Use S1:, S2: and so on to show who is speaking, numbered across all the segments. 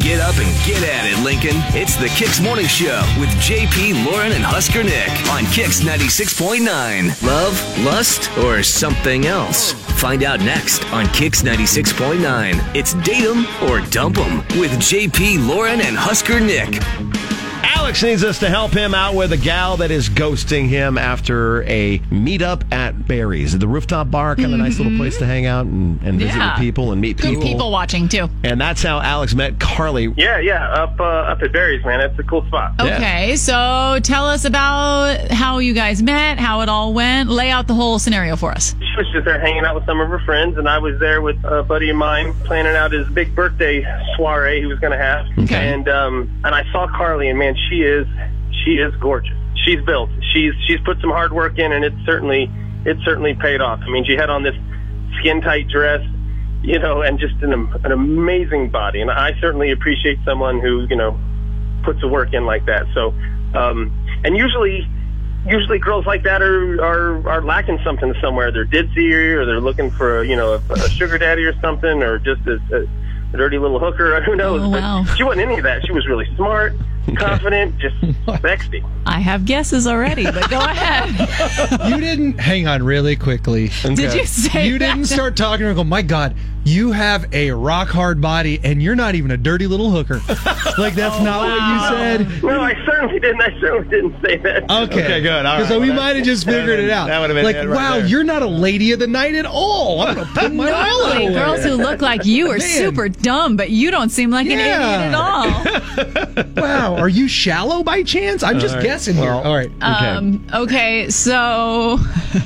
S1: Get up and get at it, Lincoln. It's the Kicks Morning Show with JP, Lauren, and Husker Nick on Kicks 96.9. Love, lust, or something else? Find out next on Kicks 96.9. It's Date 'em or Dump 'em with JP, Lauren, and Husker Nick.
S2: Alex needs us to help him out with a gal that is ghosting him after a meetup at Barry's, the rooftop bar, kind of a nice little place to hang out and, and visit
S3: Mm-hmm. Yeah.
S2: with people and meet
S3: Good
S2: people.
S3: people watching too.
S2: And that's how Alex met Carly.
S4: Yeah, yeah, up uh, up at Barry's, man. That's a cool spot.
S2: Yeah.
S3: Okay, so tell us about how you guys met, how it all went. Lay out the whole scenario for us.
S4: She was just there hanging out with some of her friends, and I was there with a buddy of mine planning out his big birthday soiree he was going to have.
S3: Okay.
S4: And um, and I saw Carly, and man, she is she is gorgeous. She's built. She's she's put some hard work in, and it's certainly it's certainly paid off. I mean, she had on this skin tight dress, you know, and just an am- an amazing body. And I certainly appreciate someone who you know puts the work in like that. So, um, and usually, usually girls like that are, are are lacking something somewhere. They're ditzy, or they're looking for you know a, a sugar daddy or something, or just a, a dirty little hooker. Who knows?
S3: Oh,
S4: But
S3: wow.
S4: she wasn't any of that. She was really smart, confident, just sexy.
S3: I have guesses already, but go ahead.
S5: You didn't hang on really quickly.
S3: Did you say
S5: You didn't
S3: that?
S5: start talking to her. and Go, my God, you have a rock hard body, and you're not even a dirty little hooker. Like that's not what you said.
S4: No, I certainly didn't. I certainly didn't say
S3: Oh,
S4: that.
S5: Okay.
S2: Okay, good. All right.
S5: So we
S2: Well, that-
S5: might have just
S2: that would've
S5: figured it
S2: been-
S5: out.
S2: that would've been
S5: like,
S2: it right
S5: wow,
S2: there.
S5: you're not a lady of the night at all. I'm gonna put my wallet
S3: Normally,
S5: away.
S3: girls who look like you are
S5: Man.
S3: super dumb, but you don't seem like an
S5: Yeah.
S3: idiot at all.
S5: Wow, are you shallow by chance? I'm just guessing here.
S2: Well,
S5: All right.
S2: Okay.
S3: Um, okay, so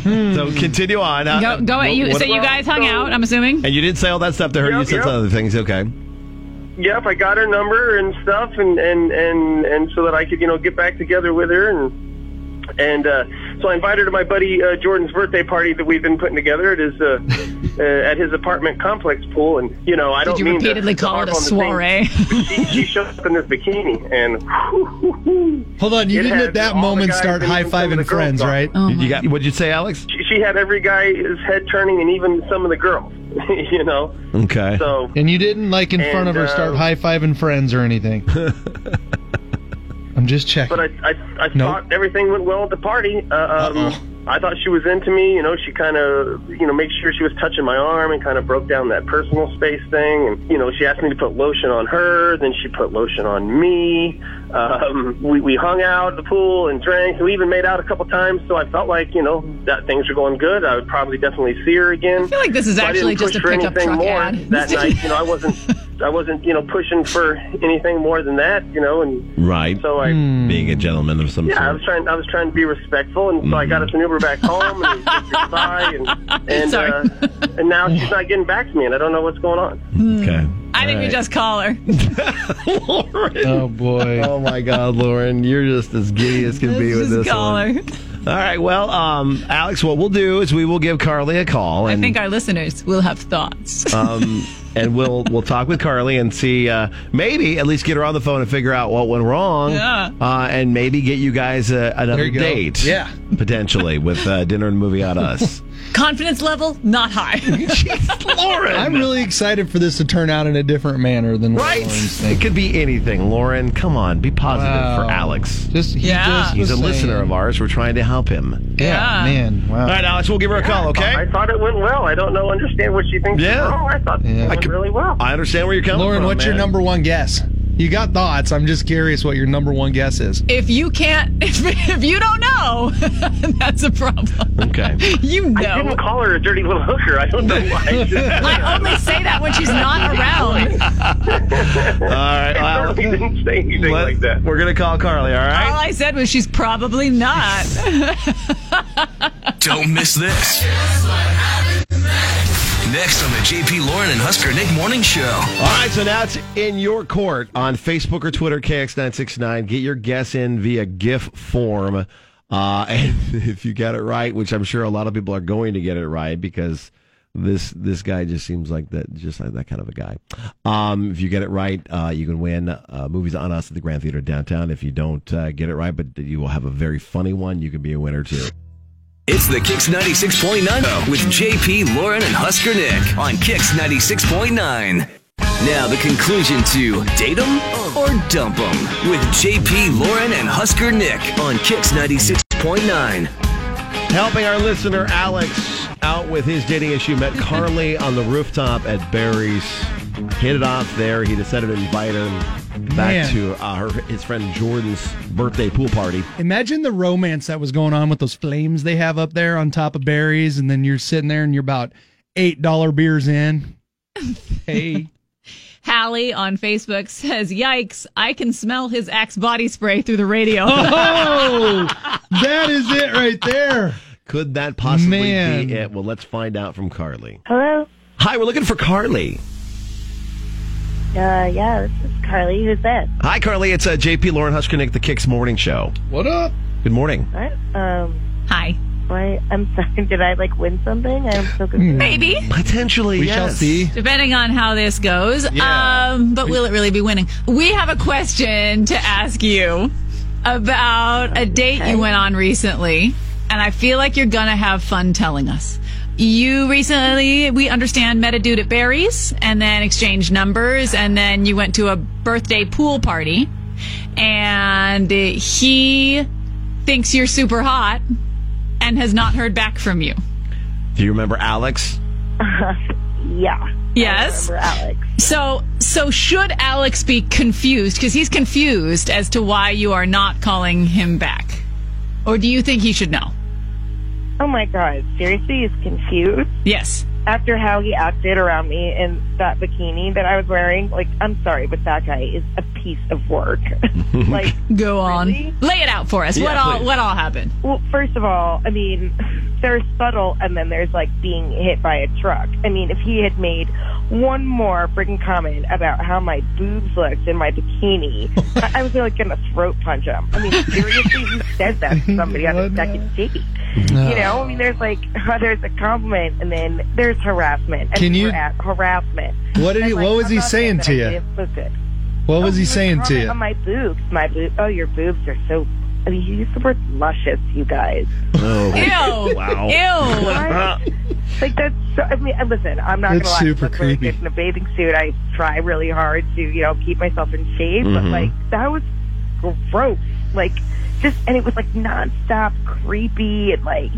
S2: so continue on. Uh,
S3: Mm. go go.
S2: what-
S3: at you,
S2: what-
S3: so you guys hung out, I'm assuming.
S2: and you didn't say all that stuff to her. you
S4: Yep,
S2: said
S4: yep.
S2: some other things. Okay.
S4: Yep, I got her number and stuff, and and and and so that I could you know get back together with her and and uh, so I invited her to my buddy uh, Jordan's birthday party that we've been putting together at his uh, uh, at his apartment complex pool, and you know I
S3: Did
S4: don't
S3: you
S4: mean to-
S3: repeatedly
S4: to
S3: call
S4: harp
S3: it a
S4: on the thing,
S3: soiree?
S4: but she, she showed up in this bikini, and
S5: Hold on. You
S4: It
S5: didn't
S4: had
S5: at that
S4: all the
S5: moment
S4: guys
S5: start
S4: and
S5: high
S4: even some of the
S5: fiving
S4: girls
S5: friends,
S4: on.
S5: right?
S3: Oh
S2: you
S3: my-
S2: got. What'd you say, Alex?
S4: she, she had every guy's head turning, and even some of the girls, you know.
S2: Okay.
S4: So
S5: And you didn't like in
S4: And,
S5: front of her start
S4: uh,
S5: high fiving friends or anything. I'm just checking.
S4: But I, I, I
S5: No.
S4: thought everything went well at the party. Uh,
S5: Uh-oh.
S4: um, I thought she was into me. You know, she kind of, you know, made sure she was touching my arm and kind of broke down that personal space thing. And you know, she asked me to put lotion on her. Then she put lotion on me. Um, we, we hung out at the pool and drank. We even made out a couple times. So I felt like, you know, that things were going good. I would probably definitely see her again. I
S3: feel like this is actually just a pickup truck ad.
S4: That night, you know, I wasn't, I wasn't, you know, pushing for anything more than that. You know, and
S2: right.
S4: so I.
S2: Being a gentleman of some
S4: Yeah, I was
S2: sort.
S4: trying. I was trying to be respectful, and so I got us an Uber back home, and it was just goodbye, and and,
S3: Sorry.
S4: uh, and now she's not getting back to me, and I don't know what's going on.
S2: Okay.
S3: I think we just call her.
S5: oh boy.
S2: Oh my God, Lauren, you're just as giddy as can be
S3: Let's
S2: with
S3: just
S2: this
S3: call
S2: one.
S3: her.
S2: All right, well, um, Alex, what we'll do is we will give Carly a call,
S3: I
S2: and
S3: think our listeners will have thoughts.
S2: um, and we'll we'll talk with Carly and see uh, maybe at least get her on the phone and figure out what went wrong,
S3: Yeah.
S2: uh, and maybe get you guys uh, another
S5: There you go.
S2: date,
S5: Yeah.
S2: potentially with uh, dinner and movie on us.
S3: Confidence level not high.
S2: Lauren,
S5: I'm really excited for this to turn out in a different manner than what
S2: right.
S5: Lauren's
S2: It
S5: thinking.
S2: could be anything, Lauren. Come on, be positive for
S5: Wow.
S2: Alex.
S5: Just he
S3: Yeah.
S5: just
S2: He's a
S5: was
S2: listener
S5: saying-
S2: of ours. We're trying to help him.
S5: Yeah,
S3: Yeah.
S5: man. Wow.
S2: All right, Alex, we'll give her a call. Okay.
S4: I thought it went well. I don't know. Understand what she thinks
S2: Yeah.
S4: is wrong. I thought
S5: Yeah.
S4: it
S5: I
S4: went
S2: could-
S4: really well.
S2: I understand where you're coming
S5: Lauren,
S2: from.
S5: what's your
S2: man.
S5: number one guess? You got thoughts. I'm just curious what your number one guess is.
S3: if you can't, if, if you don't know, that's a problem.
S2: Okay.
S3: You
S4: I
S3: know.
S4: didn't call her a dirty little hooker. I don't know why. It's
S3: I only say that when she's not around.
S2: All right. uh,
S4: I
S2: Well,
S4: didn't say anything
S2: let-
S4: like that.
S2: We're going to call Carly, all
S3: All
S2: right?
S3: I said was she's probably not.
S1: Don't miss this. Next on the JP Lauren and Husker Nick Morning Show.
S4: Oh.
S2: All right, so now it's in your court on Facebook or Twitter, KX969. Get your guess in via GIF form. Uh, and if you get it right, which I'm sure a lot of people are going to get it right because this this guy just seems like that just like that kind of a guy. Um, if you get it right, uh, you can win uh, movies on us at the Grand Theater downtown. If you don't uh, get it right, but you will have a very funny one, you can be a winner too.
S1: It's the Kix 96.9 with JP, Lauren, and Husker Nick on Kix 96.9. Now, the conclusion to date 'em or dump 'em with JP, Lauren, and Husker Nick on Kicks 96.9.
S2: Helping our listener Alex out with his dating issue, met Carly on the rooftop at Barry's. Hit it off there. He decided to invite her back
S5: Man.
S2: to uh, her, his friend Jordan's birthday pool party.
S5: Imagine the romance that was going on with those flames they have up there on top of berries, and then you're sitting there and you're about eight dollar beers in. Hey,
S3: Hallie on Facebook says, "Yikes! I can smell his axe body spray through the radio."
S5: oh, that is it right there.
S2: Could that possibly
S5: Man.
S2: be it? Well, let's find out from Carly.
S6: Hello.
S2: Hi, we're looking for Carly.
S6: Uh, yeah, this is Carly. Who's that?
S2: Hi, Carly. It's uh, JP Lauren Huskinick, the Kicks Morning Show.
S5: What up?
S2: Good morning.
S6: What? Um,
S3: Hi.
S6: why? I'm sorry. Did I like win something? I'm so confused.
S3: Maybe.
S2: Potentially,
S5: We
S2: yes.
S5: shall see.
S3: Depending on how this goes.
S2: Yeah.
S3: Um, but will it really be winning? We have a question to ask you about a date you went on recently. And I feel like you're going to have fun telling us. You recently, we understand, met a dude at Barry's and then exchanged numbers. And then you went to a birthday pool party. And he thinks you're super hot and has not heard back from you.
S2: Do you remember Alex?
S6: Yeah.
S3: Yes?
S6: For Alex.
S3: So, so should Alex be confused because he's confused as to why you are not calling him back, or do you think he should know?
S6: Oh my God. Seriously, he's confused
S3: Yes.
S6: after how he acted around me in that bikini that I was wearing. Like, I'm sorry, but that guy is a piece of work. like,
S3: Go on.
S6: Really?
S3: Lay it out for us. what
S2: Yeah,
S3: all?
S2: please.
S3: What all happened?
S6: well, first of all, I mean, there's subtle, and then there's like being hit by a truck. I mean, if he had made one more freaking comment about how my boobs looked in my bikini, I, I was like gonna throat punch him. I mean, seriously, who says that to somebody on a
S5: What
S6: second date? You know, I mean, there's like there's a compliment, and then there's harassment. And
S5: Can you-
S6: harass- harassment?
S5: What did he?
S6: And, like,
S5: What was
S6: I'm
S5: he
S6: not
S5: saying
S6: that
S5: to
S6: I
S5: you?
S6: didn't look good.
S5: What was
S6: Oh,
S5: he
S6: would
S5: saying to
S6: comment
S5: you?
S6: On my boobs, my boob. Oh, your boobs are so. I mean, he used the word luscious, you guys.
S2: Oh,
S3: Ew. Ew.
S6: What? like that's. So, I mean, listen. I'm not
S5: That's
S6: gonna lie.
S5: super
S6: I look really
S5: creepy.
S6: good in a bathing suit. I try really hard to, you know, keep myself in shape. But
S5: Mm-hmm.
S6: like that was gross. Like just, and it was like nonstop creepy and like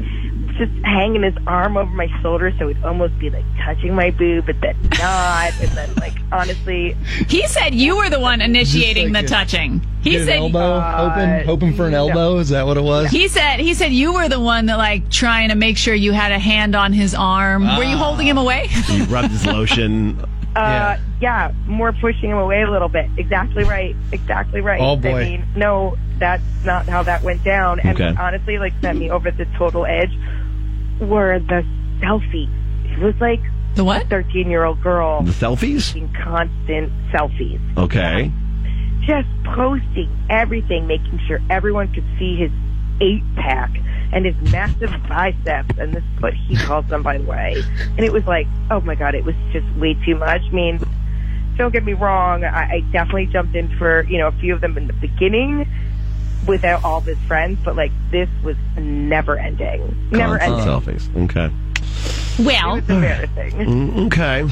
S6: just hanging his arm over my shoulder, so it'd almost be like touching my boob, but then not. and then like honestly,
S3: He said you were the one initiating the
S5: like a-
S3: touching. He
S5: Get an
S3: said.
S5: elbow open, hoping for an elbow. Is that what it was?
S3: He said. He said you were the one that like trying to make sure you had a hand on his arm. Were you holding him away?
S2: he rubbed his lotion.
S6: Uh,
S5: Yeah.
S6: yeah, more pushing him away a little bit. Exactly right. Exactly right.
S5: Oh, boy.
S6: I mean, no, that's not how that went down. And
S2: Okay.
S6: what honestly, like sent me over the total edge. Were the selfies? It was like
S3: the what?
S6: thirteen-year-old girl
S2: The
S5: Mm.
S2: selfies?
S6: in constant selfies,
S2: Okay.
S6: just posting everything, making sure everyone could see his eight-pack and his massive biceps. And this is what he calls them, by the way. And it was like, oh my god, it was just way too much. I mean don't get me wrong, I, I definitely jumped in for, you know, a few of them in the beginning without all of his friends, but like this was never ending. Never ending.
S2: Constant selfies. Okay.
S3: Well,
S6: It's embarrassing.
S2: Mm, Okay.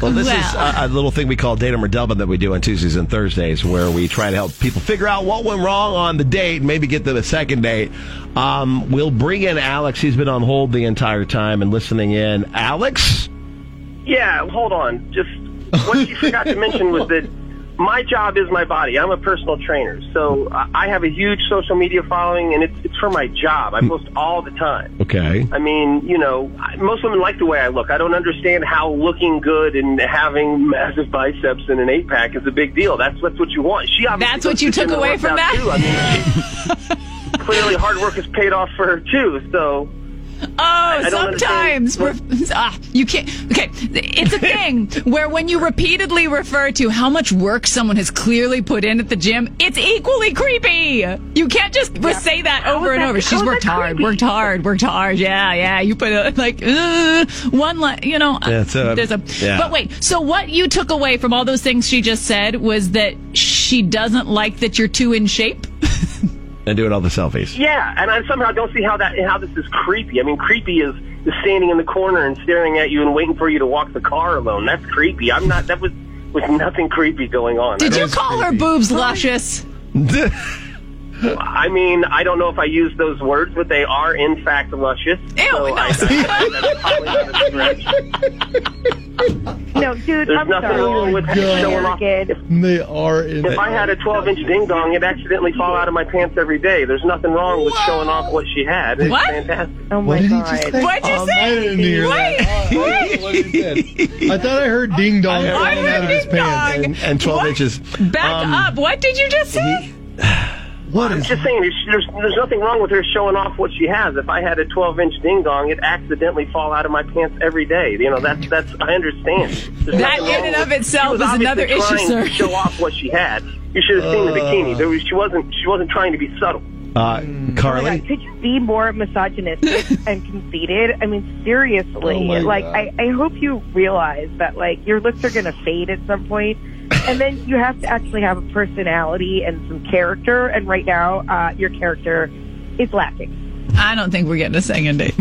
S2: Well, this is
S3: Well.
S2: a, a little thing we call Date 'em or Dub 'em that we do on Tuesdays and Thursdays where we try to help people figure out what went wrong on the date, maybe get to the second date. Um, we'll bring in Alex. He's been on hold the entire time and listening in. Alex?
S4: Yeah, hold on. Just what you forgot to mention was that my job is my body. I'm a personal trainer, so I I have a huge social media following, and it's it's for my job. I post all the time.
S2: Okay.
S4: I mean, you know, I- most women like the way I look. I don't understand how looking good and having massive biceps and an eight pack is a big deal. That's that's what you want. She obviously
S3: That's what
S4: goes
S3: you
S4: to the
S3: took
S4: gym and
S3: away
S4: works
S3: from
S4: out,
S3: that?
S4: Too. I mean, she- clearly, hard work has paid off for her too. So
S3: Oh,
S4: I don't
S3: sometimes we're, ah, you can't. Okay, it's a thing where when you repeatedly refer to how much work someone has clearly put in at the gym, it's equally creepy. You can't just say that over
S6: is
S3: and
S6: that-
S3: over.
S6: how
S3: She's
S6: is
S3: worked
S6: that
S3: hard,
S6: creepy?
S3: worked hard, worked hard. Yeah, yeah. You put a, like uh, one line. You know, uh,
S2: Yeah, it's
S6: uh,
S2: a-
S3: there's a.
S2: yeah.
S3: But wait. So what you took away from all those things she just said was that she doesn't like that you're too in shape.
S2: And doing all the selfies.
S4: Yeah, and I somehow don't see how that how this is creepy. I mean, creepy is, is standing in the corner and staring at you and waiting for you to walk the car alone. That's creepy. I'm not. That was with nothing creepy going on.
S3: Did
S4: I,
S3: you call her boobs luscious?
S4: don't- I mean, I don't know if I use those words, but they are in fact luscious.
S3: Ew,
S4: so
S6: Oh,
S3: no.
S4: I, I- that's probably not a stretch.
S6: No, dude,
S4: There's
S6: I'm
S4: nothing
S6: sorry.
S4: wrong with showing off.
S6: Naked.
S5: They are in
S4: If I had a 12 inch ding dong, it'd accidentally fall out of my pants every day. There's nothing wrong with showing off what she had. It's
S3: What?
S4: fantastic.
S6: Oh
S5: What
S6: my
S5: did he
S6: god.
S5: just say?
S3: What'd you
S5: Um,
S3: say?
S5: I didn't hear
S3: Wait,
S5: that. Oh, I don't know what he said. I thought I heard ding dong
S3: I
S5: falling out of his
S3: heard ding
S5: pants.
S3: dong.
S2: and, and 12
S3: What?
S2: inches.
S3: Back
S2: Um,
S3: up. What did you just say?
S5: What is?
S4: Just saying, there's, there's, there's nothing wrong with her showing off what she has. If I had a 12 inch ding dong, it'd accidentally fall out of my pants every day. You know, that's that's I understand. There's
S3: That
S4: nothing
S3: in
S4: wrong
S3: and
S4: with-
S3: of itself
S4: she was
S3: is
S4: obviously
S3: another issue,
S4: trying
S3: sir.
S4: To show off what she had. You should have seen the bikini. There was, she wasn't she wasn't trying to be subtle.
S2: Uh,
S6: Oh my
S2: Carly?
S6: God, could you be more misogynistic and conceited? I mean, seriously.
S5: Oh my
S6: like,
S5: God.
S6: I, I hope you realize that, like, your lips are going to fade at some point, And then you have to actually have a personality and some character. And right now, uh, your character is lacking.
S3: I don't think we're getting a second date.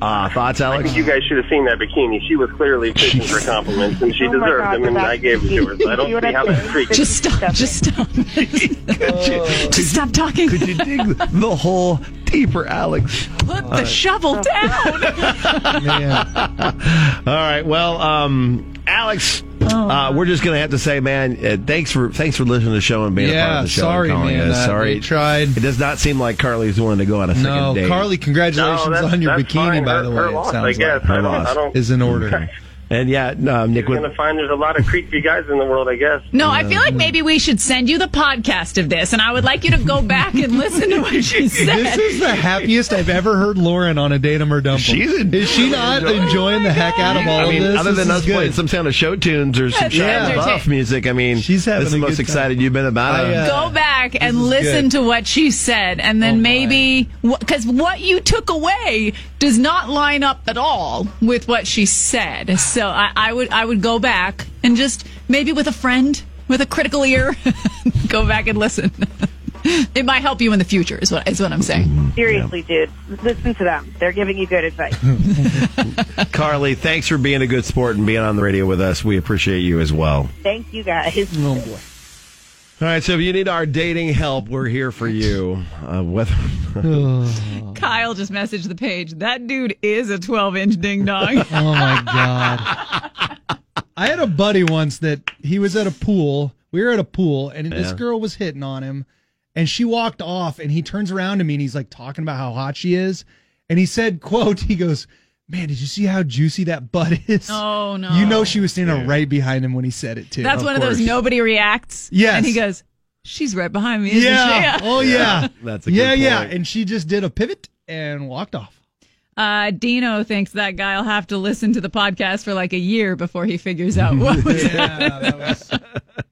S2: Uh, thoughts, Alex?
S4: You guys should have seen that bikini. She was clearly fishing for compliments, and she
S6: oh my
S4: deserved
S6: God,
S4: them, and
S6: the
S4: I gave them to her. So I don't
S6: You know
S4: see
S6: what
S4: how
S6: I'm
S4: that's
S6: saying?
S4: freaky.
S3: Just stop. Just stop. just stop talking.
S2: Could you dig the hole deeper, Alex?
S3: Put the shovel down.
S2: All right. Well, um, Alex,
S5: Oh.
S2: uh, we're just gonna have to say, man, uh, thanks for thanks for listening to the show and being a part
S5: Yeah,
S2: of the show.
S5: sorry,
S2: and calling
S5: man.
S2: us.
S5: Uh,
S2: sorry,
S5: we tried.
S2: It does not seem like Carly's willing to go on a second
S5: No,
S2: date.
S5: Carly, congratulations
S4: No, that's-
S5: on your
S4: that's
S5: bikini,
S4: fine.
S5: by
S4: Her-
S5: the
S4: her
S5: way.
S4: loss,
S5: it sounds
S4: I guess.
S5: Like.
S4: I don't, I
S2: loss.
S4: don't,
S5: Is in order.
S2: and yeah, no, um, Nick.
S4: you're
S2: Would,
S4: gonna find there's a lot of creepy guys in the world, I guess.
S3: No, I feel like maybe we should send you the podcast of this, and I would like you to go back and listen to what she
S5: This
S3: said.
S5: is the happiest I've ever heard Lauren on a datum or dump.
S2: She's in-
S5: is she not enjoying the heck out of all
S2: I mean,
S5: of this?
S2: other
S5: This
S2: than
S5: is
S2: us
S5: good.
S2: playing some sound of show tunes or some
S3: That's
S2: Shia
S3: entertaining.
S2: LaBeouf music, I mean,
S5: She's having
S2: this is the
S5: a
S2: most
S5: good time.
S2: excited you've been about
S5: I,
S2: it.
S5: uh,
S3: go back and
S5: is
S3: listen
S5: good.
S3: to what she said, and
S5: Oh,
S3: then
S5: my.
S3: maybe because what you took away does not line up at all with what she said. So I, I would I would go back and just maybe with a friend with a critical ear, go back and listen. it might help you in the future. Is what is what I'm saying.
S6: Seriously, dude. Listen to them. They're giving you good advice.
S2: Carly, thanks for being a good sport and being on the radio with us. We appreciate you as well.
S6: Thank you, guys.
S5: Oh boy.
S2: All right, so if you need our dating help, we're here for you. Uh, whether
S3: Kyle just messaged the page. That dude is a 12 inch ding dong.
S5: Oh my god. I had a buddy once that he was at a pool. We were at a pool and this girl was hitting on him and she walked off and he turns around to me and he's like talking about how hot she is and he said, quote, he goes, "Man, did you see how juicy that butt is?"
S3: Oh, no.
S5: You know she was standing right behind him when he said it too.
S3: That's one of those nobody reacts.
S5: Yes.
S3: and he goes, "She's right behind me." Isn't She?
S5: Yeah. Oh yeah.
S2: That's a
S5: Yeah,
S2: good
S5: yeah,
S2: point.
S5: and she just did a pivot and walked off.
S3: Uh, Dino thinks that guy'll have to listen to the podcast for like a year before he figures out what was.
S5: Yeah, that was